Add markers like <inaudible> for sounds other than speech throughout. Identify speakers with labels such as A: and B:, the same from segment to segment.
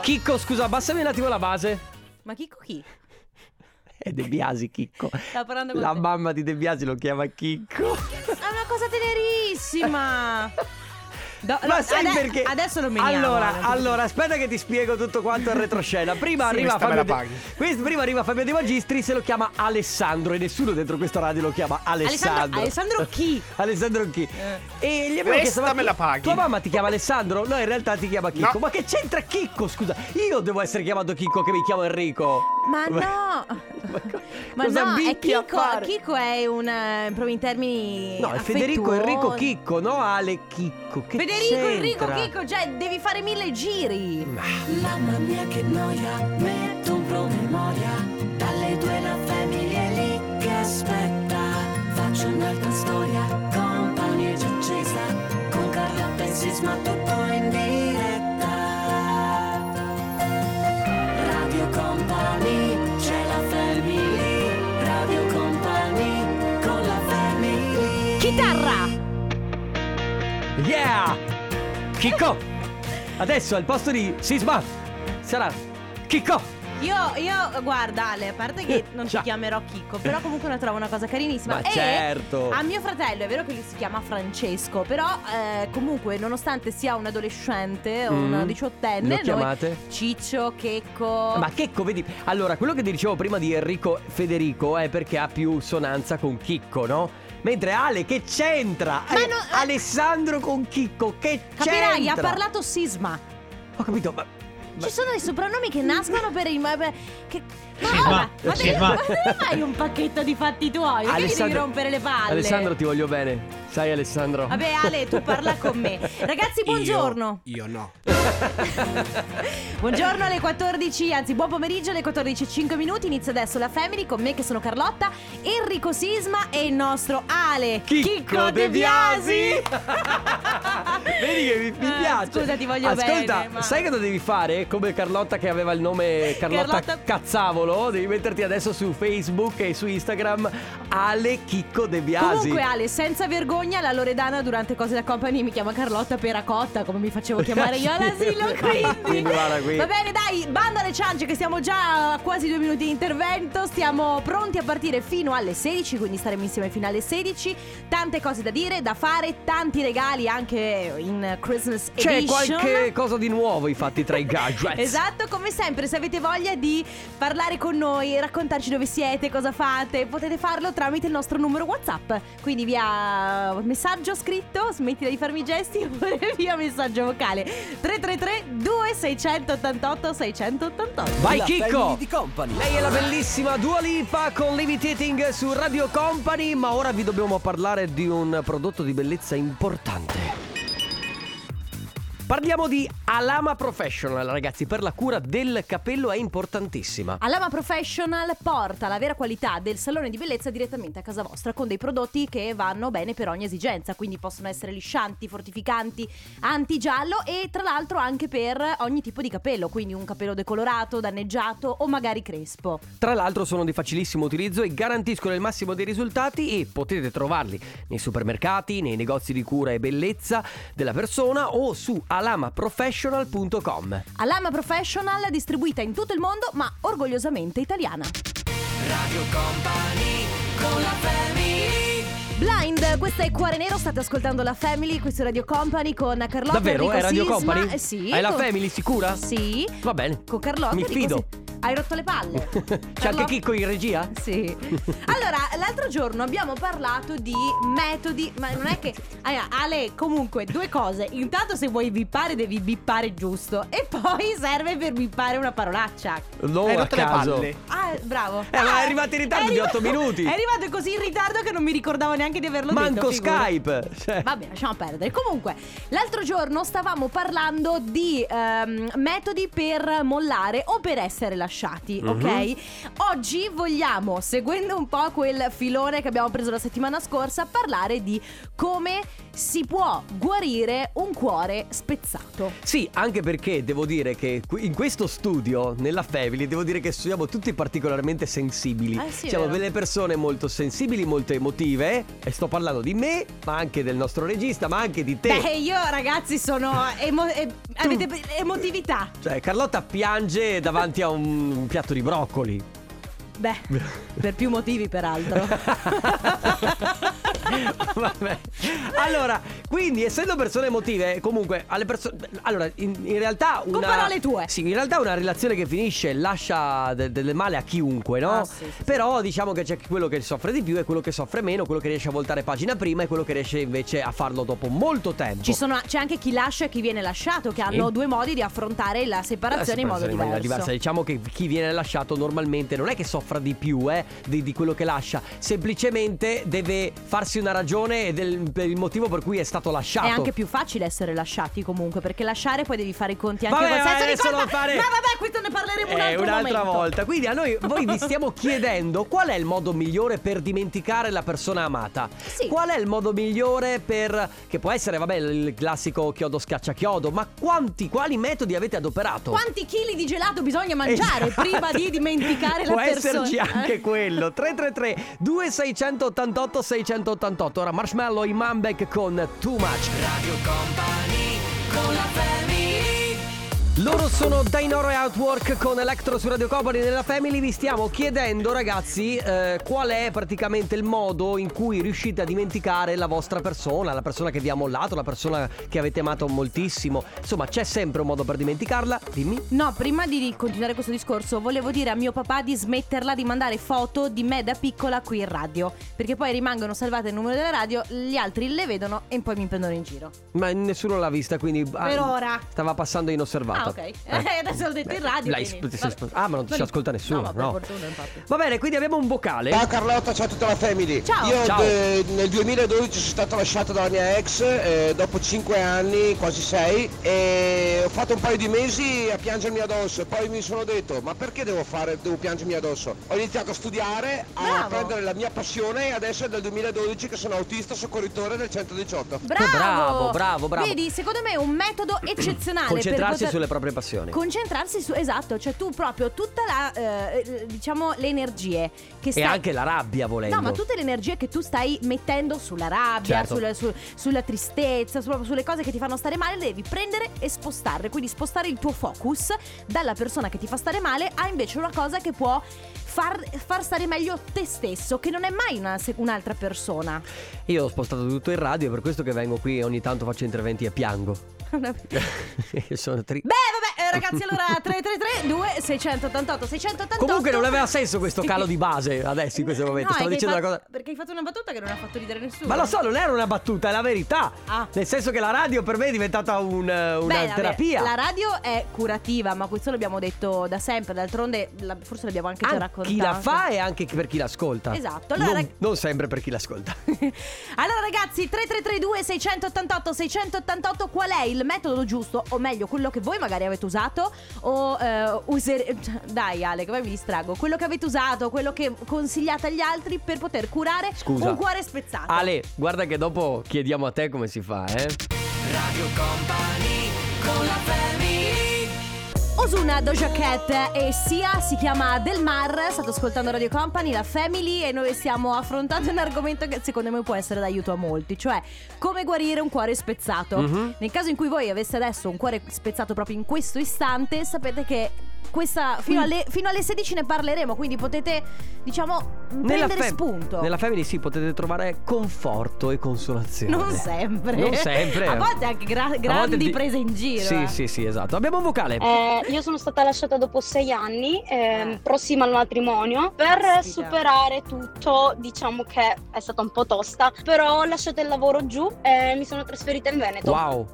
A: Chicco, scusa, abbassami un attimo la base.
B: Ma chi con chi?
A: È Eh, De Biasi, Chicco.
B: Stavo parlando con
A: La
B: te.
A: mamma di De Biasi lo chiama Chicco.
B: È una cosa tenerissima. Do-
A: Ma
B: no,
A: sai
B: ade-
A: perché?
B: Adesso eh, lo meniamo.
A: Allora,
B: guarda.
A: allora, aspetta che ti spiego tutto quanto in retroscena. Prima
C: <laughs> Sì,
A: arriva
C: questa me
A: Fabio.
C: la
A: De...
C: paghi.
A: questo- prima arriva Fabio De Magistris e lo chiama Alessandro. E nessuno dentro questa radio lo chiama Alessandro.
B: Alessandro-
A: <laughs>
B: Alessandro chi? Eh.
A: Alessandro chi? E gli abbiamo
C: Questa
A: chiesto. ma
C: me
A: chi-
C: la paghi."
A: Tua mamma ti chiama Alessandro? No, in realtà ti chiama Chicco.
C: No.
A: Ma che c'entra Chicco? Scusa, io devo essere chiamato Chicco che mi chiamo Enrico.
B: Ma no,
A: Ma co-
B: ma
A: <laughs> cosa
B: no, è
A: bicchi a
B: Chico,
A: fare?
B: Chico è un eh, proprio in termini
A: No, è Federico
B: affettuosi.
A: Enrico Chicco, no Ale Chicco. Che
B: Federico Enrico
A: c'entra?
B: Chico, cioè devi fare mille giri.
D: Mamma mia che noia, metto un promemoria Dalle due la famiglia è lì che aspetta Faccio un'altra storia, compagnia già accesa Con Carlotta e Sisma tutto in diretta Radio Company, c'è la family Radio Company, con la family
B: Chitarra!
A: Yeah! Chicco! Adesso al posto di Sisma sarà Chicco!
B: Io, io, guarda Ale, a
A: <laughs>
B: parte che non ti
A: Ciao.
B: chiamerò Chicco, però comunque la trovo una cosa carinissima.
A: Ma
B: E
A: certo.
B: A mio fratello, è vero che lui si chiama Francesco, però eh, comunque nonostante sia un adolescente o
A: Mm.
B: un
A: Lo
B: diciottenne, noi-
A: chiamate?
B: Ciccio, Checco...
A: Ma Chicco, vedi? Allora, quello che ti dicevo prima di Enrico Federico è perché ha più sonanza con Chicco, no? Mentre Ale, che c'entra?
B: Ma
A: Eh,
B: no-
A: Alessandro con Chicco, che
B: Capirai,
A: c'entra?
B: ha parlato sisma.
A: Ho capito, ma... ma-
B: Ci sono dei soprannomi che nascono per il. per- Che... Ma,
E: Sisma,
B: vabbè, ma, te-
E: sisma.
B: ma te ne fai un pacchetto di fatti tuoi? Perché gli devi
A: Alessandro-
B: rompere le palle?
A: Alessandro, ti voglio bene. Sai, Alessandro?
B: Vabbè, Ale, tu parla
A: <laughs>
B: con me. Ragazzi, buongiorno.
C: Io, io no.
B: Buongiorno alle 14, anzi, buon pomeriggio alle 14.05 minuti. Inizia adesso la Family con me che sono Carlotta, Enrico Sisma e il nostro Ale
A: Chicco De Biasi <laughs> Vedi che mi, mi
B: Eh,
A: piace
B: Scusa, ti voglio
A: Ascolta,
B: bene. ma-
A: sai cosa devi fare? Come Carlotta che aveva il nome Carlotta,
B: Carlotta-
A: Cazzavolo Devi metterti adesso su Facebook e su Instagram Ale Chicco De Biasi
B: Comunque Ale, senza vergogna, la Loredana durante Cose da Company mi chiama Carlotta Peracotta, come mi facevo chiamare
A: <laughs>
B: io all'asilo, quindi...
A: Quindi guarda qui.
B: Va bene, dai, banda alle ciance che siamo già a quasi due minuti di intervento, stiamo pronti a partire fino alle 16, quindi staremo insieme fino alle 16. Tante cose da dire, da fare, tanti regali anche in Christmas
A: C'è
B: edition.
A: qualche cosa di nuovo infatti tra i gadget
B: <laughs> Esatto, come sempre, se avete voglia di parlare con noi, raccontarci dove siete, cosa fate, potete farlo tramite il nostro numero WhatsApp. Quindi via messaggio scritto, smettila di farmi i gesti, <laughs> oppure via messaggio vocale 333 2688 688.
A: Vai Chicco Lei è la bellissima Dua Lipa con Limiting su Radio Company Ma ora vi dobbiamo parlare di un prodotto di bellezza importante Parliamo di Alama Professional ragazzi Per la cura del capello è importantissima
B: Alama Professional porta la vera qualità del salone di bellezza direttamente a casa vostra con dei prodotti che vanno bene per ogni esigenza, quindi possono essere liscianti, fortificanti, antigiallo e tra l'altro anche per ogni tipo di capello, quindi un capello decolorato, danneggiato o magari crespo.
A: Tra l'altro sono di facilissimo utilizzo e garantiscono il massimo dei risultati e potete trovarli nei supermercati, nei negozi di cura e bellezza della persona o su alamaprofessional.com
B: Alama Professional distribuita in tutto il mondo ma orgogliosamente italiana. Blind, questa è Cuore Nero, state ascoltando la Family, questo è Radio Company con Carlotta
A: Davvero?
B: Enrico
A: È Radio
B: Sisma.
A: Company?
B: Eh Sì.
A: È la
B: con-
A: Family, sicura?
B: Sì.
A: Va bene.
B: Con Carlotta
A: Mi
B: dico
A: fido.
B: sì. Hai rotto le palle.
A: <laughs> C'è anche
B: Carlo-
A: Chicco in regia? <laughs>
B: Sì. Allora, l'altro giorno abbiamo parlato di metodi, ma non è che Allora, Ale, comunque due cose. Intanto se vuoi bippare devi bippare giusto e poi serve per bippare una parolaccia.
A: No,
C: Hai rotto le palle.
B: Ah, bravo.
A: Eh, ma è
B: Ah,
A: arrivato in ritardo
B: è
A: di
B: arrivato-
A: otto minuti.
B: <laughs> È arrivato così in ritardo che non mi ricordavo neanche di averlo
A: Manco
B: detto. figurati.
A: Skype. Cioè,
B: Vabbè, lasciamo perdere. Comunque, l'altro giorno stavamo parlando di ehm, metodi per mollare o per essere lasciati, ok? Oggi vogliamo, seguendo un po' quel filone che abbiamo preso la settimana scorsa, parlare di come si può guarire un cuore spezzato.
A: Sì, anche perché devo dire che qui- in questo studio, nella Family, devo dire che studiamo tutti i particolarmente sensibili.
B: Eh sì,
A: Siamo
B: vero.
A: delle persone molto sensibili, molto emotive. E sto parlando di me, ma anche del nostro regista, ma anche di te.
B: Beh, io ragazzi sono emo- e- avete be- emotività.
A: Cioè, Carlotta piange davanti a un, un piatto di broccoli.
B: Beh, per più motivi peraltro.
A: <laughs> Vabbè. Allora, quindi, essendo persone emotive, comunque, alle persone. Allora, in, in realtà. Una,
B: parole tue.
A: Sì, in realtà una relazione che finisce lascia de- del male a chiunque, no?
B: Ah, sì, sì, sì.
A: Però diciamo che c'è chi- quello che soffre di più e quello che soffre meno, quello che riesce a voltare pagina prima e quello che riesce invece a farlo dopo molto tempo.
B: Ci sono- c'è anche chi lascia e chi viene lasciato, che hanno due modi di affrontare la separazione in modo
A: Separazione
B: diverso.
A: Diciamo che chi viene lasciato normalmente non è che soffra di più eh, di, di quello che lascia, semplicemente deve farsi una ragione del, del motivo per cui è stato lasciato.
B: È anche più facile essere lasciati comunque, perché lasciare poi devi fare i conti anche
A: Vabbè,
B: con
A: vabbè,
B: senso di
A: adesso
B: colpa.
A: non fare-
B: Ma vabbè, questo ne parleremo un
A: Eh,
B: altro
A: un'altra
B: momento.
A: volta. Quindi a noi voi vi stiamo chiedendo qual è il modo migliore per dimenticare la persona amata.
B: Sì.
A: Qual è il modo migliore per che può essere, vabbè, il classico chiodo scaccia chiodo, ma quanti quali metodi avete adoperato?
B: Quanti chili di gelato bisogna mangiare
A: Esatto.
B: prima di dimenticare la
A: Può
B: persona?
A: esserci anche
B: Eh.
A: quello 333 2688 688 Ora Marshmallow in Manbeck con Too Much Radio Company con la loro sono Dainoro e Outwork con Electro su Radio Company nella Family. Vi stiamo chiedendo, ragazzi, eh, qual è praticamente il modo in cui riuscite a dimenticare la vostra persona, la persona che vi ha mollato, la persona che avete amato moltissimo. Insomma, c'è sempre un modo per dimenticarla. Dimmi.
B: No, prima di continuare questo discorso, volevo dire a mio papà di smetterla di mandare foto di me da piccola qui in radio. Perché poi rimangono salvate il numero della radio, gli altri le vedono e poi mi prendono in giro.
A: Ma nessuno l'ha vista, quindi. ah,
B: Per ora.
A: Stava passando inosservata. Eh.
B: Ah, ok. Adesso l'ho detto in radio,
A: l'hai sp-
B: quindi.
A: si è sp- ah, ma non ci
B: Non-
A: ascolta nessuno.
B: no, ma per
A: no.
B: fortuna, infatti.
A: Va bene, quindi abbiamo un vocale.
C: Ciao Carlotta, ciao a tutta la family.
B: Ciao.
C: Io
A: Ciao.
C: eh, nel 2012 sono stato lasciato dalla mia ex eh, dopo 5 anni, quasi 6, e ho fatto un paio di mesi a piangermi addosso e poi mi sono detto ma perché devo, fare, devo piangermi addosso? Ho iniziato a studiare, a
B: Bravo.
C: prendere la mia passione e adesso è dal 2012 che sono autista soccorritore del 118.
B: Bravo,
A: Bravo, bravo, bravo.
B: Vedi, secondo me è un
A: <clears throat>
B: metodo eccezionale.
A: Concentrarsi
B: per poter-
A: sulle proprie passioni.
B: Concentrarsi su, esatto, cioè tu proprio tutta la, eh, diciamo, le energie che
A: e
B: stai...
A: anche la rabbia, volendo.
B: No, ma tutte le energie che tu stai mettendo sulla rabbia,
A: Certo.
B: sulla, su- sulla tristezza, su- sulle cose che ti fanno stare male, le devi prendere e spostarle. Quindi spostare il tuo focus dalla persona che ti fa stare male a invece una cosa che può far, far stare meglio te stesso, che non è mai una se- un'altra persona. <laughs>
A: Io ho spostato tutto in radio, è per questo che vengo qui e ogni tanto faccio interventi e piango. <laughs>
B: Beh,
A: Sono tri-
B: vabbè, eh, ragazzi, allora <laughs> 333 688 688
A: Comunque non aveva senso questo calo
B: <laughs>
A: di base adesso in questo momento.
B: No,
A: Stavo
B: è che hai
A: dicendo una
B: fatto-
A: cosa.
B: Perché hai fatto una battuta che non ha fatto ridere nessuno.
A: Ma lo so, non era una battuta, è la verità.
B: Ah.
A: Nel senso che la radio per me è diventata un, eh, una
B: Beh, vabbè,
A: terapia.
B: La radio è curativa, ma questo l'abbiamo detto da sempre. D'altronde, la- forse l'abbiamo anche già
A: Anche
B: raccontato.
A: chi la fa e anche chi- per chi l'ascolta.
B: Esatto, allora-
A: non, non sempre per chi
B: <laughs>
A: l'ascolta.
B: Allora, ragazzi, 3332 688 688, qual è il metodo giusto? O meglio, quello che voi magari avete usato? O eh, usere- <laughs> Dai, Ale, come mi distrago? Quello che avete usato, quello che consigliate agli altri per poter curare
A: Scusa.
B: un cuore spezzato.
A: Ale, guarda che dopo chiediamo a te come si fa, eh.
B: Esatto. Osuna, Doja Cat e Sia si chiama Del Mar, state ascoltando Radio Company, la Family e noi stiamo affrontando un argomento che secondo me può essere d'aiuto a molti, cioè come guarire un cuore spezzato.
A: Mhm.
B: Nel caso in cui voi aveste adesso un cuore spezzato proprio in questo istante, sapete che questa fino alle, fino alle 16 ne parleremo, quindi potete diciamo prendere
A: fam-
B: spunto.
A: Nella family sì, potete trovare conforto e consolazione.
B: Non sempre.
A: Non sempre.
B: <laughs> A volte anche gra-
A: A volte
B: grandi
A: ti-
B: prese in giro,
A: Sì,
B: eh.
A: sì, sì, esatto. Abbiamo un vocale.
E: Eh, io sono stata lasciata dopo sei anni, ehm,
A: Eh.
B: Ah.
E: prossima al matrimonio. Per
B: Caspita.
E: superare tutto, diciamo che è stata un po' tosta, però ho lasciato il lavoro giù e mi sono trasferita in Veneto.
A: Wow.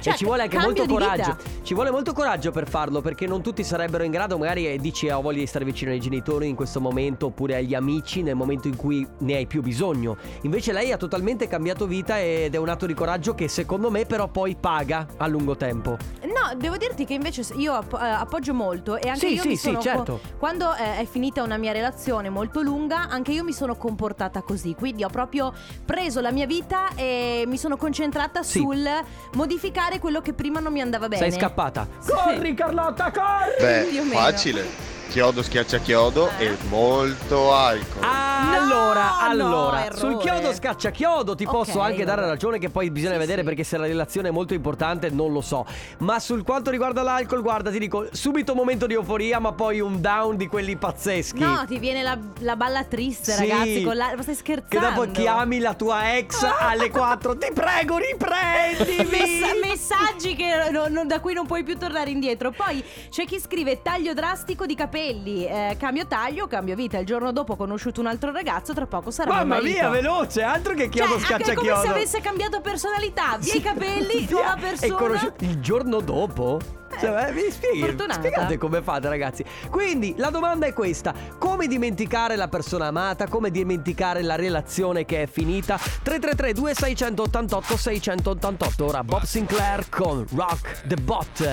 B: Cioè,
A: e ci vuole anche
B: cambio
A: molto
B: di
A: coraggio. Ci vuole molto coraggio per farlo perché non tutti sarebbero in grado, magari eh, dici "Ah, ho voglia di stare vicino ai genitori in questo momento oppure agli amici nel momento in cui ne hai più bisogno. Invece lei ha totalmente cambiato vita ed è un atto di coraggio che secondo me però poi paga a lungo tempo.
B: No, devo dirti che invece io app- eh, appoggio molto e anche
A: Sì,
B: io
A: sì,
B: mi
A: sì,
B: sono co-
A: certo.
B: quando eh, è finita una mia relazione molto lunga, anche io mi sono comportata così, quindi ho proprio preso la mia vita e mi sono concentrata
A: Sì.
B: sul modificare quello che prima non mi andava bene.
A: Sei scappata.
B: Sì.
A: Corri Carlotta, corri!
B: Più o
F: Beh,
B: meno.
F: Eh, facile. chiodo schiaccia chiodo e molto alcol.
A: Allora,
B: no,
A: allora,
B: errore.
A: sul chiodo scaccia chiodo ti
B: Ok,
A: posso anche dare
B: vabbè.
A: ragione che poi bisogna
B: Sì,
A: vedere
B: sì.
A: perché se la relazione è molto importante non lo so. Ma sul quanto riguarda l'alcol, guarda, ti dico subito un momento di euforia, ma poi un down di quelli pazzeschi.
B: No, ti viene la, la balla triste,
A: Sì.
B: ragazzi. Con la... Ma stai
A: Che
B: scherzando?
A: dopo chiami la tua ex alle 4, ti prego,
B: <laughs> Messa-
A: riprendimi.
B: messaggi che non- non- da cui non puoi più tornare indietro. Poi c'è chi scrive taglio drastico di capelli, eh, cambio taglio, cambio vita. Il giorno dopo ho conosciuto un altro ragazzo, tra poco sarà mio
A: Mamma
B: marito.
A: mia, veloce, altro che
B: Cioè,
A: chiodo
B: anche
A: scaccia
B: è come se
A: chiodo.
B: avesse cambiato personalità, via
A: Sì.
B: i capelli,
A: Via-
B: nuova
A: E
B: persona.
A: conosciuto il giorno dopo? Cioè, eh, mi spieghi,
B: fortunata.
A: spiegate come fate ragazzi. Quindi la domanda è questa: come dimenticare la persona amata? Come dimenticare la relazione che è finita? 333 2688 688 Ora Bob Sinclair con Rock the Bot.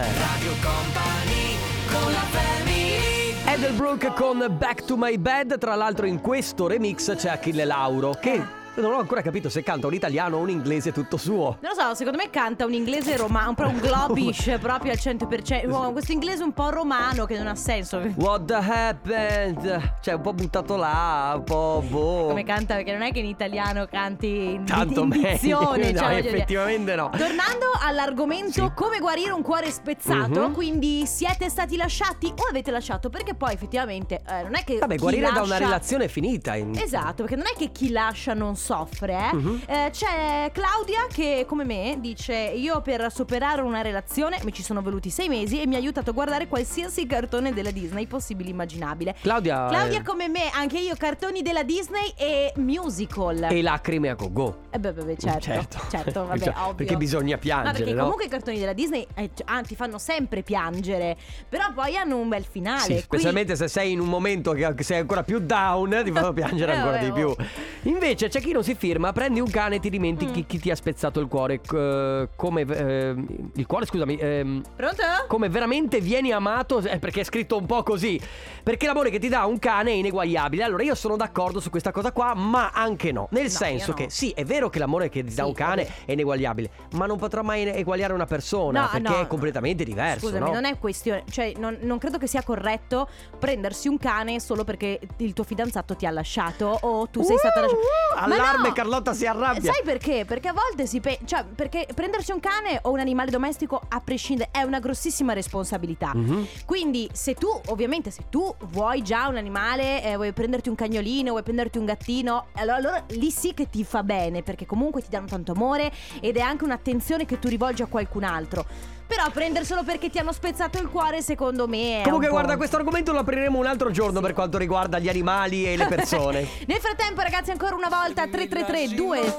A: Edelbrook con Back to My Bed. Tra l'altro, in questo remix c'è Achille Lauro che.
B: Eh.
A: Non ho ancora capito se canta un italiano o un inglese tutto suo.
B: Non lo so, secondo me canta un inglese romano, un po' un globish proprio al 100%. Uomo, questo inglese un po' romano che non ha senso.
A: What the happened? Cioè, un po' buttato là, un po' boh.
B: Come canta, perché non è che in italiano canti in,
A: Tanto
B: in
A: meglio.
B: dizione.
A: No,
B: cioè, voglio dire.
A: effettivamente no.
B: Tornando all'argomento
A: Sì.
B: come guarire un cuore spezzato,
A: Mhm.
B: quindi siete stati lasciati o avete lasciato? Perché poi effettivamente eh, non è che.
A: Vabbè,
B: chi
A: guarire da una
B: lascia-
A: relazione finita. in-
B: Esatto, perché non è che chi lascia non soffre, eh?
A: Mhm.
B: Eh, c'è Claudia che, come me, dice: Io per superare una relazione mi ci sono voluti sei mesi e mi ha aiutato a guardare qualsiasi cartone della Disney possibile e immaginabile.
A: Claudia.
B: Claudia,
A: eh,
B: come me, anche io cartoni della Disney e musical.
A: E lacrime a go-go.
B: Eh beh, beh, beh, certo, certo, vabbè,
A: Cioè,
B: ovvio.
A: Perché bisogna
B: Ma
A: piangere,
B: perché
A: no?
B: comunque i cartoni della Disney eh, c- ah, ti fanno sempre piangere, però poi hanno un bel finale.
A: Sì,
B: Ah, qui-
A: specialmente se sei in un momento che che sei ancora più down, ti
B: <laughs>
A: fanno piangere
B: Eh,
A: ancora
B: vabbè,
A: di
B: oh. Mm.
A: più. Invece c'è chi non si firma, prendi un cane e ti dimentichi chi ti ha spezzato il cuore. eh, come. eh, il cuore, scusami. ehm,
B: Pronto?
A: come veramente vieni amato eh, perché è scritto un po' così perché l'amore che ti dà un cane è ineguagliabile allora io sono d'accordo su questa cosa qua ma anche no nel
B: No,
A: senso
B: io no.
A: che sì è vero che l'amore che ti dà
B: Sì,
A: un cane è ineguagliabile ma non potrà mai eguagliare una persona
B: No,
A: perché
B: no.
A: è completamente diverso
B: Scusami,
A: no?
B: non è questione, cioè non, non credo che sia corretto prendersi un cane solo perché il tuo fidanzato ti ha lasciato o tu sei
A: Uh,
B: stata
A: uh,
B: lasciata. Ma
A: allarme,
B: no!
A: Carlotta si arrabbia.
B: Sai perché? Perché a volte si pe- cioè perché prendersi un cane o un animale domestico a prescindere è una grossissima responsabilità.
A: Mhm.
B: Quindi se tu, ovviamente se tu vuoi già un animale, eh, vuoi prenderti un cagnolino, vuoi prenderti un gattino, allora, allora lì sì che ti fa bene perché comunque ti danno tanto amore ed è anche un'attenzione che tu rivolgi a qualcun altro. Però prenderselo perché ti hanno spezzato il cuore secondo me è
A: Comunque
B: un po'-
A: guarda, questo argomento lo apriremo un altro giorno per quanto riguarda gli animali e le
B: <laughs>
A: persone.
B: Nel frattempo ragazzi ancora una volta 333 2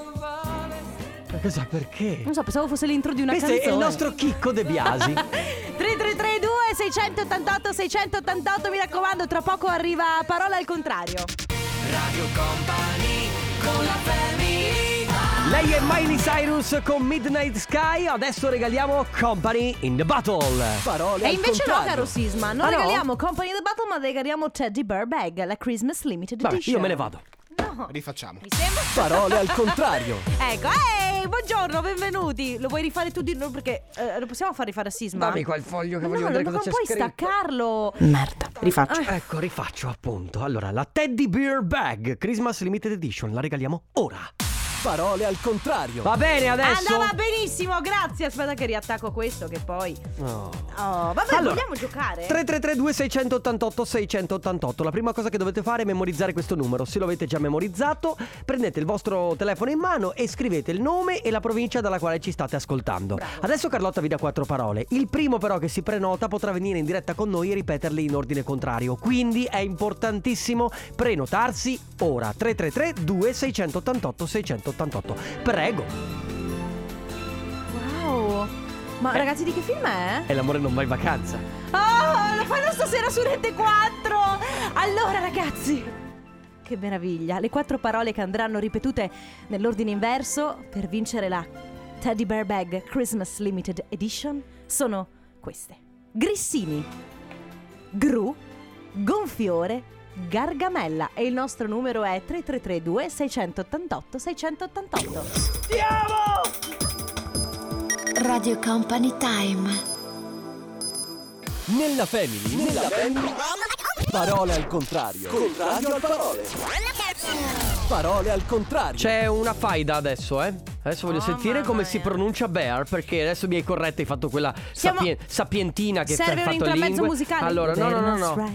A: Ma cosa perché?
B: Non so, pensavo fosse l'intro di una
A: Questo
B: canzone.
A: è il
B: <laughs>
A: nostro chicco De Biasi.
B: 3332 688 688 mi raccomando tra poco arriva parola al contrario
A: Lei è Miley Cyrus con Midnight Sky, adesso regaliamo Company in the Battle. Parole
B: e invece no caro Sisma non
A: Ah, no?
B: regaliamo Company of the Battle ma regaliamo Teddy Bear Bag la Christmas Limited
A: Vabbè,
B: Edition
A: io me ne vado.
B: no
F: Rifacciamo.
B: mi sembra
A: Parole al contrario.
B: ecco ehi buongiorno benvenuti lo vuoi rifare tu di no, perché eh, lo possiamo far rifare a Sisma
A: Dammi quel foglio che
B: no,
A: voglio
B: non,
A: vedere
B: non
A: cosa c'è
B: puoi
A: scritto.
B: staccarlo Ah.
G: Merda, rifaccio.
A: Ecco, rifaccio appunto. Allora, la Teddy Bear Bag Christmas Limited Edition la regaliamo ora. Parole al contrario. Va bene adesso.
B: andava benissimo grazie aspetta che riattacco questo che poi
A: No.
B: oh vabbè vogliamo giocare
A: 3332 688 688 La prima cosa che dovete fare è memorizzare questo numero Se lo avete già memorizzato Prendete il vostro telefono in mano e scrivete il nome e la provincia dalla quale ci state ascoltando Adesso Carlotta vi dà quattro parole Il primo però che si prenota potrà venire in diretta con noi e ripeterle in ordine contrario Quindi è importantissimo prenotarsi ora 3332 688 688 Prego
B: Wow! Ma
A: Eh.
B: ragazzi di che film è?
A: E l'amore non va in vacanza
B: Oh, lo fanno stasera su Rete 4! Allora ragazzi, che meraviglia! Le quattro parole che andranno ripetute nell'ordine inverso per vincere la Teddy Bear Bag Christmas Limited Edition sono queste. Grissini, Gru, Gonfiore, Gargamella e il nostro numero è 3332 688 688.
G: Radio Company Time.
A: Nella family Nella family
H: Parole al contrario. Contrario al parole. Parole al contrario.
A: C'è una faida adesso, eh. Adesso voglio
B: Oh,
A: sentire
B: mamma
A: come si
B: mia.
A: pronuncia bear, perché adesso mi hai corretto, hai fatto quella
B: Siamo-
A: sapien- sapientina che hai
B: Serve un
A: fatto a
B: intermezzo
A: lingue.
B: musicale.
A: Allora, no, no, no, no. No.
B: No.
A: Aspetta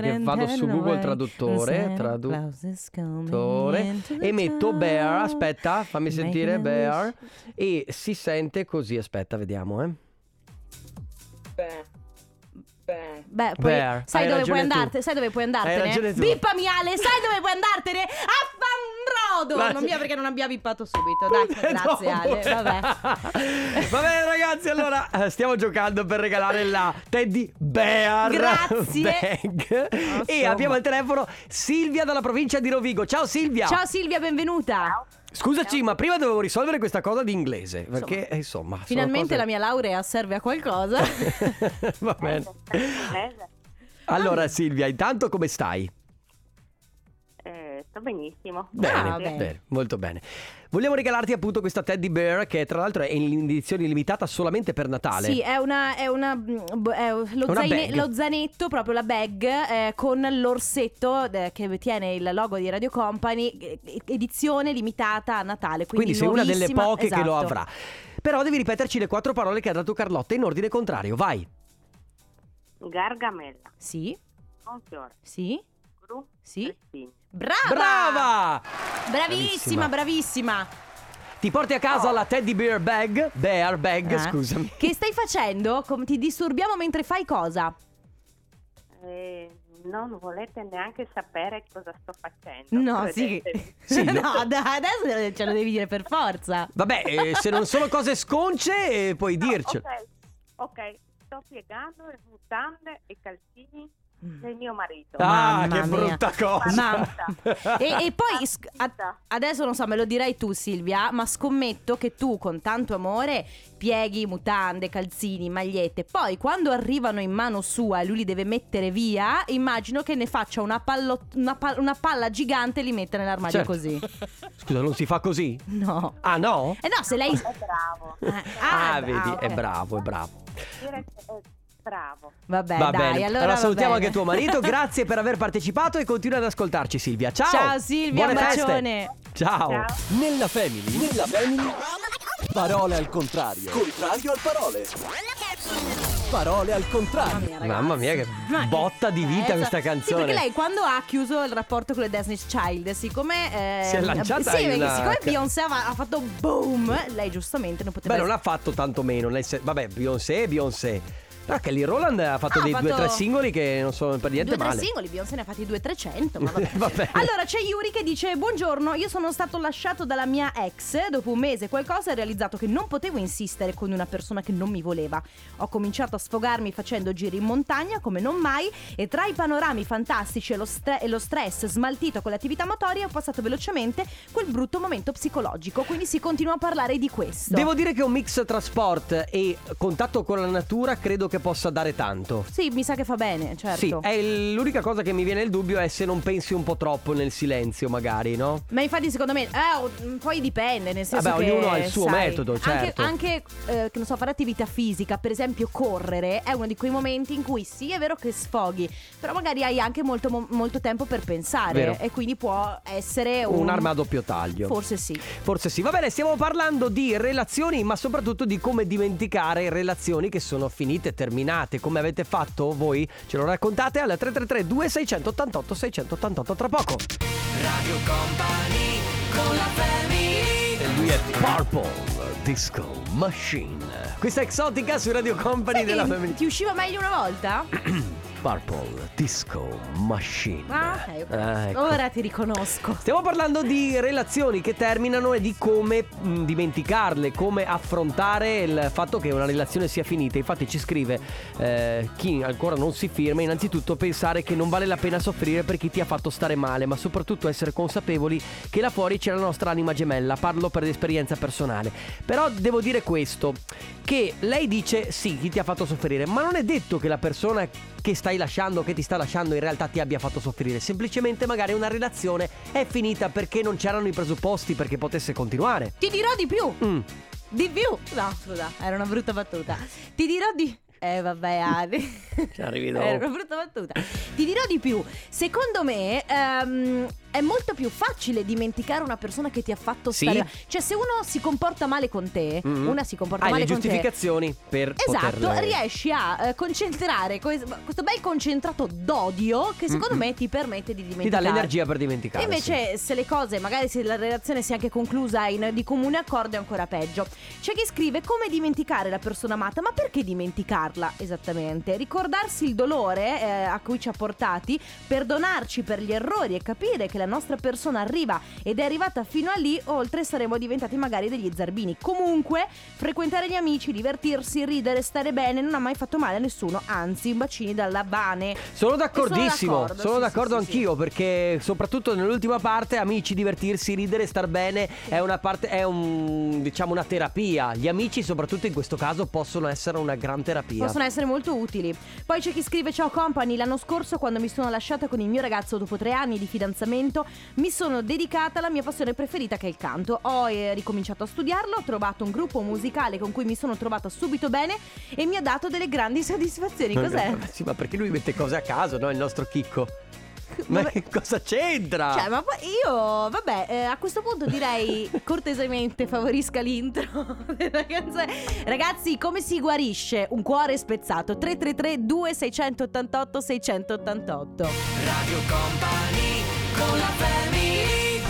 A: che vado su Google Traduttore, traduttore e metto bear, aspetta, fammi sentire bear e
B: Eh.
A: si sente così, aspetta, vediamo, eh.
B: Beh, poi
A: Bear,
B: sai
A: hai
B: dove puoi
A: ragione tu.
B: andartene? Sai dove puoi andartene?
A: Hai ragione tu.
B: Bippami Ale, sai dove puoi andartene? A Fanrodo!
A: Grazie.
B: Non mia perché non abbia bippato subito. Dai, grazie Ale.
A: <laughs>
B: Vabbè.
A: Va bene ragazzi, allora eh, stiamo giocando per regalare la Teddy Bear
B: Grazie.
A: Bag. E
B: Insomma.
A: abbiamo al telefono Silvia dalla provincia di Rovigo. Ciao Silvia.
B: Ciao Silvia, benvenuta.
A: Scusaci, ma prima dovevo risolvere questa cosa di inglese, perché eh, insomma, sono
B: Finalmente
A: cose-
B: la mia laurea serve a qualcosa.
A: <laughs> Va bene. Allora Silvia, intanto come stai?
E: sto benissimo.
A: Bene,
B: Ah, bene.
A: bene, molto bene. Vogliamo regalarti appunto questa Teddy Bear che tra l'altro è in edizione limitata solamente per Natale.
B: Sì, è una. È una mm, bo- è lo,
A: Una
B: zaine-
A: bag.
B: lo zainetto, proprio la bag, eh, con l'orsetto eh, che tiene il logo di Radio Company, eh, edizione limitata a Natale.
A: Quindi,
B: Quindi,
A: sei una delle
B: nuovissima.
A: poche che lo
B: Esatto.
A: avrà. Però devi ripeterci le quattro parole che ha dato Carlotta in ordine contrario. Vai.
E: Gargamella,
B: Sì,
E: con fiore,
B: sì,
E: gru,
B: sì.
E: Cristini.
B: Ah, Brava!
A: Brava! Bravissima.
B: Bravissima, bravissima.
A: Ti porti a casa la Teddy Bear Bag. Bear Bag,
B: Eh?
A: scusami.
B: Che stai facendo? Com- ti disturbiamo mentre fai cosa?
E: Eh, non volete neanche sapere cosa sto facendo.
B: No, sì.
E: Credetemi.
B: <laughs>
A: Sì, lo-
B: no, dai, adesso ce lo devi dire per forza.
A: Vabbè, eh, se
B: <laughs>
A: non sono cose sconce, eh, puoi
E: No,
A: <laughs> dircelo.
E: ok, ok, sto piegando le mutande e i calzini del mio marito.
A: Mm. Ah,
B: Mamma
A: che
B: mia.
A: brutta cosa. <laughs>
E: Mamma.
B: E, e
E: Ah,
B: poi sc- a- adesso non so, me lo dirai tu Silvia, ma scommetto che tu con tanto amore pieghi mutande, calzini, magliette, poi quando arrivano in mano sua e lui li deve mettere via, immagino che ne faccia una, pallo- una pa- una palla gigante e li metta nell'armadio
A: Certo. <laughs>
B: così.
A: Scusa, non si fa così?
B: No.
A: Ah, no?
B: Eh no, se lei...
E: È bravo.
B: Ah,
A: Ah,
B: ah,
A: vedi,
B: ok.
A: è bravo, è bravo.
E: Dire che è bravo.
B: Vabbè,
A: va
B: dai,
A: bene.
B: allora... va
A: salutiamo
B: bene.
A: anche tuo
B: <laughs>
A: marito. Grazie per aver partecipato e continua ad ascoltarci, Silvia. Ciao.
B: Ciao Silvia, un
A: Buone feste.
B: bacione.
A: Ciao.
H: Nella family. Nella family. Parole al contrario. Contrario al parole. Parole al contrario.
A: Mamma mia, che
B: Ma-
A: botta di vita
B: Eh,
A: questa
B: sì,
A: canzone.
B: perché lei quando ha chiuso il rapporto con le Destiny's Child, siccome eh,
A: Si è lanciata
B: Sì,
A: in
B: perché
A: una-
B: siccome Beyoncé aveva- ha fatto boom, lei giustamente non poteva
A: Beh, non ha fatto tanto meno. nel sen- Vabbè, Beyoncé e Beyoncé. Però Kelly Rowland ha fatto
B: Ah, ha
A: dei due o
B: fatto-
A: tre singoli che non sono per niente
B: Due tre
A: male.
B: singoli, Beyoncé ne ha fatti due
A: <laughs>
B: 300, ma vabbè.
A: Vabbè.
B: Allora c'è Yuri che dice Buongiorno, io sono stato lasciato dalla mia ex Dopo un mese e qualcosa ho realizzato che non potevo insistere con una persona che non mi voleva Ho cominciato a sfogarmi facendo giri in montagna come non mai E tra i panorami fantastici e lo, stre- e lo stress smaltito con le attività motorie Ho passato velocemente quel brutto momento psicologico Quindi si continua a parlare di questo
A: Devo dire che un mix tra sport e contatto con la natura credo che possa dare tanto.
B: Sì, mi sa che fa bene, certo
A: Sì, è l'unica cosa che mi viene il dubbio è se non pensi un po' troppo nel silenzio, magari, no?
B: Ma infatti secondo me eh, o- mh, poi dipende, nel senso
A: Vabbè,
B: che
A: ognuno ha il suo
B: sai,
A: metodo, certo.
B: Anche, anche, eh, che non so, fare attività fisica, per esempio correre, è uno di quei momenti in cui sì, è vero che sfoghi, però magari hai anche molto, mo- molto tempo per pensare
A: Vero.
B: e quindi può essere un...
A: Un'arma a doppio taglio. <laughs>
B: Forse sì.
A: Forse sì, va bene, stiamo parlando di relazioni, ma soprattutto di come dimenticare relazioni che sono finite, terminate. Come avete fatto voi? Ce lo raccontate alla 333 2688 688 tra poco. Radio Company con la E lui è Purple Disco Machine. Questa exotica su Radio Company
B: Sai che
A: della Family.
B: ti usciva meglio una volta?
A: Purple Disco Machine.
B: Ah, ok, ok.
A: Ah, ecco.
B: Ora ti riconosco.
A: Stiamo parlando di relazioni che terminano e di come mh, dimenticarle, come affrontare il fatto che una relazione sia finita. Infatti ci scrive eh, chi ancora non si firma, innanzitutto pensare che non vale la pena soffrire per chi ti ha fatto stare male, ma soprattutto essere consapevoli che là fuori c'è la nostra anima gemella. Parlo per esperienza personale. Però devo dire questo, che lei dice sì, chi ti ha fatto soffrire, ma non è detto che la persona che stai lasciando, che ti sta lasciando, in realtà ti abbia fatto soffrire. Semplicemente magari una relazione è finita perché non c'erano i presupposti perché potesse continuare.
B: Ti dirò di più.
A: Mm.
B: Di più. No, scusa, era una brutta battuta. Ti dirò di... Eh vabbè <laughs> Ari
A: Ci arrivi <laughs>
B: Era
A: dopo.
B: una brutta battuta Ti dirò di più Secondo me ehm, È molto più facile dimenticare una persona che ti ha fatto
A: Sì.
B: stare Cioè se uno si comporta male con te
A: Mm.
B: Una si comporta
A: Hai
B: male
A: le
B: con te
A: giustificazioni per
B: Esatto,
A: poterle-
B: riesci a eh, concentrare que- questo bel concentrato d'odio che secondo me ti permette di
A: Mm-hmm. Ti dà
B: dimenticare.
A: l'energia per
B: E
A: dimenticare. sì.
B: invece se le cose, magari se la relazione si è anche conclusa in, di comune accordo è ancora peggio. C'è chi scrive come dimenticare la persona amata, ma perché dimenticarla esattamente? Ricordarsi il dolore eh, a cui ci ha portati, perdonarci per gli errori e capire che la nostra persona arriva ed è arrivata fino a lì, oltre saremo diventati magari degli zerbini. Comunque, frequentare gli amici, divertirsi, ridere, stare bene, non ha mai fatto male a nessuno, anzi, bacini dalla Bane.
A: Sono d'accordissimo, sono
B: Sono
A: d'accordo,
B: d'accordo, sì, sì, sì, sì.
A: anch'io perché soprattutto nell'ultima parte amici divertirsi, ridere, star bene è una parte è un diciamo una terapia. Gli amici soprattutto in questo caso possono essere una gran terapia.
B: Possono essere molto utili. Poi c'è chi scrive: Ciao company, l'anno scorso, quando mi sono lasciata con il mio ragazzo dopo tre anni di fidanzamento, mi sono dedicata alla mia passione preferita che è il canto. Ho eh, ricominciato a studiarlo, ho trovato un gruppo musicale con cui mi sono trovata subito bene e mi ha dato delle grandi <laughs> soddisfazioni. Cos'è?
A: Sì, ma perché lui mette cose a caso, no? Il nostro chicco. Ma
B: Vabbè.
A: che <laughs> cosa c'entra?
B: Cioè, ma poi io, vabbè, eh, a questo punto direi cortesemente favorisca l'intro <laughs> della canzone. Ragazzi, come si guarisce un cuore spezzato? 333 2688 688.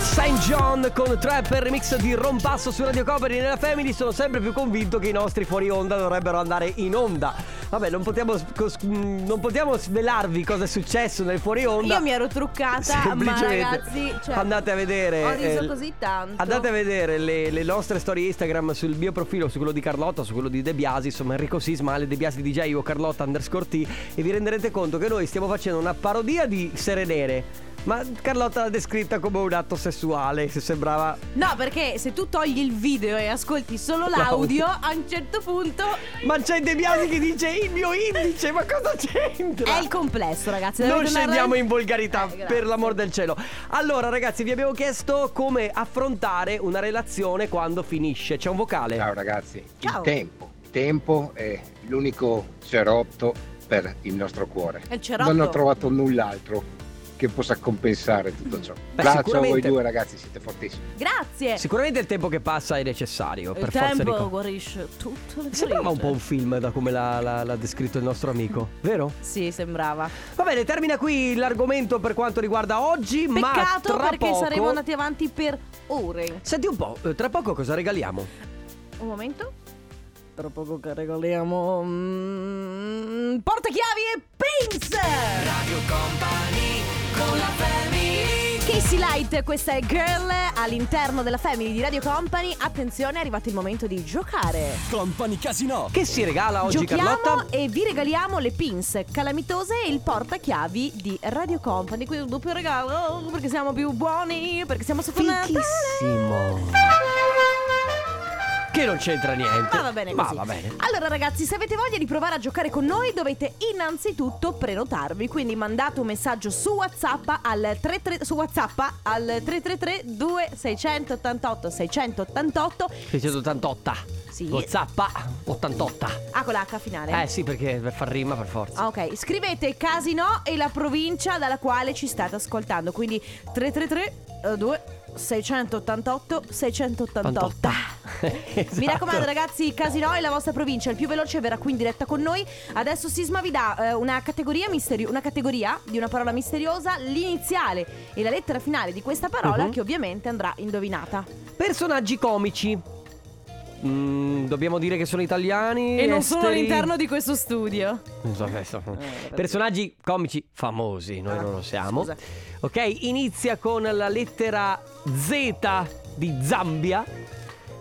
A: St. John con Trapper remix di Rompasso su Radio Company nella Family sono sempre più convinto che i nostri fuori onda dovrebbero andare in onda. Vabbè, non potevamo non potiamo svelarvi cosa è successo nel fuori onda.
B: Io mi ero truccata, ma
A: Semplicemente.
B: ragazzi, cioè,
A: andate a vedere.
B: ho riso
A: eh,
B: così tanto.
A: Andate a vedere le, le nostre storie Instagram sul mio profilo, su quello di Carlotta, su quello di De Biasi, insomma Enrico Sisma, Ale De Biasi DJ o Carlotta underscore T e vi renderete conto che noi stiamo facendo una parodia di Sere Nere. Ma Carlotta l'ha descritta come un atto sessuale, se sembrava...
B: No, perché se tu togli il video e ascolti solo l'audio, a un certo punto
A: Ma c'è De Biasi che dice il mio indice, ma cosa c'entra?
B: è il complesso, ragazzi.
A: Non
B: Dovete andare-
A: scendiamo in volgarità,
B: Eh, grazie.
A: per l'amor del cielo. Allora, ragazzi, vi abbiamo chiesto come affrontare una relazione quando finisce. C'è un vocale.
I: Ciao ragazzi,
B: Ciao.
I: il tempo. Il tempo è l'unico cerotto per il nostro cuore.
B: È il cerotto.
I: Non ho trovato null'altro che possa compensare tutto ciò.
A: Beh,
I: Braccio a voi
A: sicuramente.
I: due ragazzi, siete fortissimi.
B: Grazie.
A: Eh. Sicuramente il tempo che passa è necessario. per
B: il
A: forza di
B: tempo
A: co-
B: guarisce tutte le
A: Sembrava un
B: ferite.
A: po' un film da come l'ha, l'ha- l'ha descritto il nostro amico, vero?
B: Sì, sembrava.
A: Va bene, termina qui l'argomento per quanto riguarda oggi.
B: Peccato
A: ma tra
B: perché
A: poco...
B: saremmo andati avanti per ore.
A: Senti un po', eh, tra poco cosa regaliamo?
B: Un momento. Tra poco che regaliamo. mm, portachiavi e Prince! Radio Company con la Family. Casey Light, questa è Girl all'interno della Family di Radio Company. Attenzione, è arrivato il momento di giocare.
H: Company Casino.
A: Che si regala oggi,
B: Giochiamo
A: Carlotta?
B: e vi regaliamo le pins calamitose e il portachiavi di Radio Company. Quindi un doppio regalo oh, perché siamo più buoni, perché siamo su
A: Fichissimo. Che non c'entra niente.
B: Ma Ah, va bene
A: Ma
B: così.
A: va bene.
B: Allora ragazzi, se avete voglia di provare a giocare con noi, dovete innanzitutto prenotarvi, quindi mandate un messaggio su WhatsApp al 33 su WhatsApp al 333 2688 688.
A: 688.
B: Sì.
A: Zappa 88.
B: Ah, con la H finale.
A: Eh sì, perché per far rima per forza.
B: Ah, ok, scrivete Casino e la provincia dalla quale ci state ascoltando, quindi 333 2 688 688.
A: 88. <laughs> Esatto.
B: Mi raccomando ragazzi, Casino è la vostra provincia, il più veloce verrà qui in diretta con noi. Adesso Sisma vi dà eh, una, categoria misteri- una categoria di una parola misteriosa, l'iniziale e la lettera finale di questa parola
A: Mhm.
B: che ovviamente andrà indovinata.
A: Personaggi comici. Mm, dobbiamo dire che sono italiani. esteri.
B: di questo studio.
A: Non so, adesso. <laughs> Personaggi comici famosi, noi
B: Eh, Ah,
A: non lo siamo.
B: scusa.
A: Ok, inizia con la lettera Z di Zambia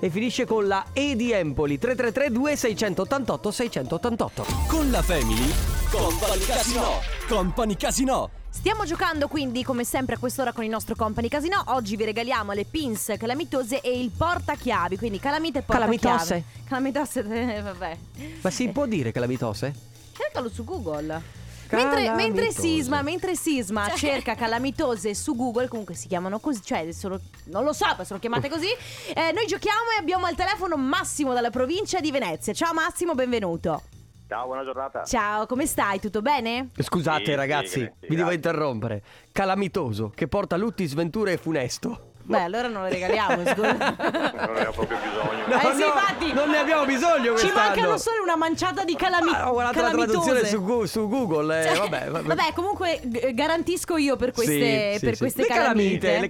A: e finisce con la E di Empoli 3332 688 688.
H: Con la family. Company Casino. Company Casino.
B: Stiamo giocando quindi come sempre a quest'ora con il nostro company casino. Oggi vi regaliamo le pins calamitose e il portachiavi, quindi calamite e portachiavi.
A: Calamitose.
B: Calamitose. Calamitose, <laughs> vabbè.
A: Ma
B: Eh.
A: si può dire che la mitose?
B: Cercalo su Google. Mentre, mentre
A: Calamitose.
B: Sisma, mentre Sisma cerca calamitose su Google, comunque si chiamano così, cioè sono- non lo so, ma sono chiamate così. Eh, noi giochiamo e abbiamo al telefono Massimo dalla provincia di Venezia. Ciao Massimo, benvenuto.
J: Ciao, buona giornata.
B: Ciao, come stai? Tutto bene?
A: Scusate
J: Sì, sì,
A: ragazzi,
J: grazie,
A: vi devo
J: grazie.
A: interrompere. Calamitoso, che porta lutti, sventure e funesto.
B: Beh, allora non le
A: <laughs>
B: regaliamo, scusa.
J: Non avevo proprio bisogno.
A: No,
B: eh sì,
A: no,
B: infatti.
A: non ne abbiamo bisogno
B: Ci
A: quest'anno.
B: mancano solo una manciata di calami-
A: Ah, Ho guardato la traduzione
B: calamitose.
A: su, Gu- su Google. eh,
B: Cioè,
A: vabbè, vabbè.
B: comunque g- garantisco io per queste,
A: Sì, sì,
B: per
A: sì.
B: queste
A: Le
B: calamite, eh.
A: calamite, le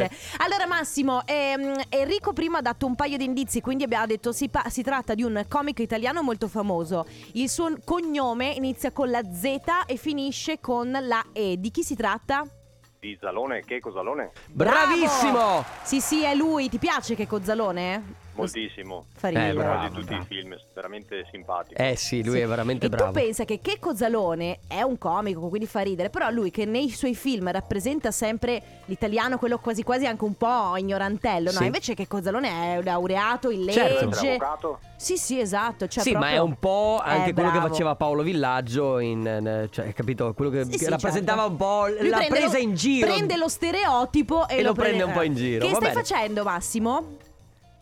A: calamite.
B: Allora, Massimo, ehm, Enrico prima ha dato un paio di indizi, quindi abbiamo detto si, pa- si tratta di un comico italiano molto famoso. Il suo cognome inizia con la Z e finisce con la E. Di chi si tratta?
J: Di Zalone, che Zalone?
A: Bravissimo!
B: Bravo! Sì, sì, è lui. Ti piace che Cozzalone?
J: Moltissimo.
B: Fa
A: Eh,
B: ridere.
A: bravo.
J: Quasi tutti i film, veramente simpatico.
A: Eh sì, lui
B: Sì.
A: è veramente
B: e
A: bravo.
B: tu pensa che Checco Zalone è un comico, quindi fa ridere, però lui che nei suoi film rappresenta sempre l'italiano, quello quasi quasi anche un po' ignorantello, no?
A: Sì.
B: Invece Checco Zalone è un laureato in legge.
A: Certo.
J: Era avvocato?
B: Sì, sì, esatto. Cioè
A: sì, ma
B: proprio-
A: è un po'
B: è
A: anche quello che
B: bravo.
A: faceva Paolo Villaggio, in, eh, cioè, capito? Quello che,
B: Sì,
A: che
B: sì,
A: rappresentava
B: certo.
A: un po' l-
B: Lui
A: la
B: prende
A: presa
B: lo-
A: in giro.
B: Prende lo stereotipo e,
A: E lo prende un po' in giro,
B: Che
A: va
B: stai
A: bene.
B: facendo, Massimo?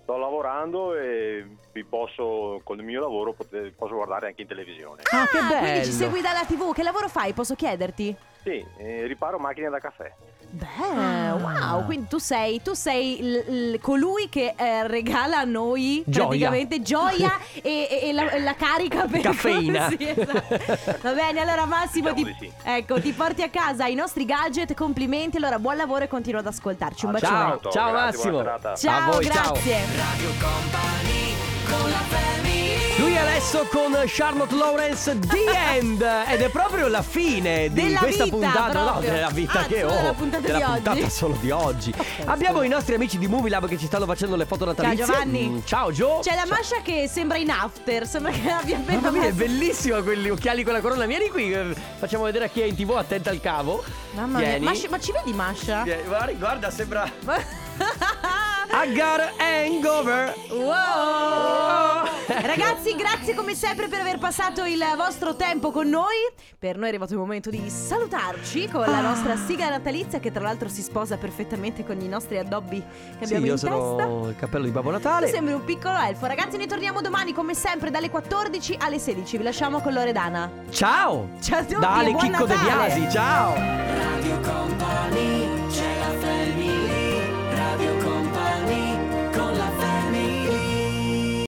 J: Sto lavorando e vi posso, con il mio lavoro, potete- posso guardare anche in televisione.
A: Ah, che
B: Quindi ci
A: bello.
B: segui dalla TV. Che lavoro fai? Posso chiederti?
J: Sì, eh, riparo macchine da caffè.
B: Beh,
A: Ah.
B: wow, quindi tu sei, tu sei il- il- colui che eh, regala a noi
A: Gioia.
B: praticamente
A: <laughs>
B: gioia e, e- e la, e la carica per
A: Caffeina.
B: Sì, esatto. Va bene, allora Massimo ti,
J: Diciamo di sì.
B: ecco, ti porti a casa i nostri gadget, complimenti, allora buon lavoro e continua ad ascoltarci. Un bacione.
A: ciao,
J: Pronto,
A: ciao
J: grazie,
A: Massimo.
J: buona serata.
A: a
B: Ciao,
A: voi, ciao.
B: grazie.
A: Lui è adesso con Charlotte Lawrence
B: <laughs>
A: The End ed è proprio la fine di
B: Della
A: questa
B: vita,
A: puntata no,
B: proprio.
A: della vita
B: Ah,
A: che ho
B: solo della puntata di
A: della
B: oggi.
A: puntata solo di oggi. Abbiamo i nostri amici di Movie Lab che ci stanno facendo le foto natalizie.
B: Giovanni.
A: Mm, ciao Gio.
B: C'è la mascia che sembra in after, sembra che abbia appena
A: Mamma mia, è
B: messo-
A: bellissimo quegli occhiali con la corona. Vieni qui, eh, facciamo vedere a chi è in TV, attenta al cavo.
B: Mamma mia,
A: Vieni.
B: Mascia- ma ci vedi Masha? <laughs>
A: Vieni, Eh, Guarda, guarda, sembra I got a hangover. <laughs>
B: Wow! Ragazzi, grazie come sempre per aver passato il vostro tempo con noi. Per noi è arrivato il momento di salutarci con
A: Ah.
B: la nostra sigla natalizia che tra l'altro si sposa perfettamente con i nostri addobbi che
A: Sì,
B: abbiamo
A: io
B: in testa.
A: sono il cappello di Babbo
B: Tu
A: Natale.
B: sembri un piccolo elfo. Ragazzi, noi torniamo domani come sempre dalle 14 alle 16. Vi lasciamo con Loredana.
A: Ciao.
B: Ciao a tutti,
A: Dale
B: buon
A: Chicco De
B: Natale.
A: Biasi, ciao.
D: Radio Company